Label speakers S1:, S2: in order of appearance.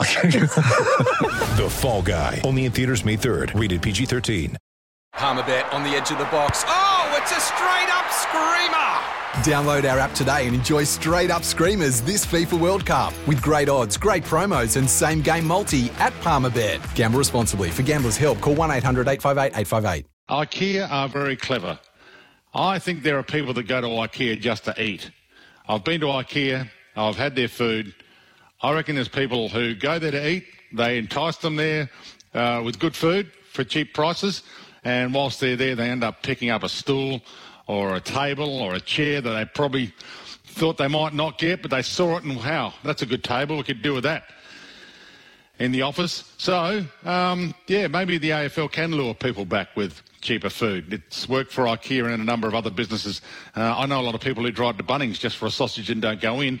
S1: The Fall Guy. Only in theaters May 3rd. Rated PG-13.
S2: Palmerbet on the edge of the box. Oh, it's a straight up screamer! Download our app today and enjoy straight up screamers this FIFA World Cup with great odds, great promos, and same game multi at Palmerbet. Gamble responsibly. For gamblers' help, call 1 800 858 858.
S3: IKEA are very clever. I think there are people that go to IKEA just to eat. I've been to IKEA, I've had their food. I reckon there's people who go there to eat, they entice them there uh, with good food for cheap prices, and whilst they're there, they end up picking up a stool or a table or a chair that they probably thought they might not get, but they saw it and wow, that's a good table, we could do with that in the office. So, um, yeah, maybe the AFL can lure people back with cheaper food. It's worked for IKEA and a number of other businesses. Uh, I know a lot of people who drive to Bunnings just for a sausage and don't go in.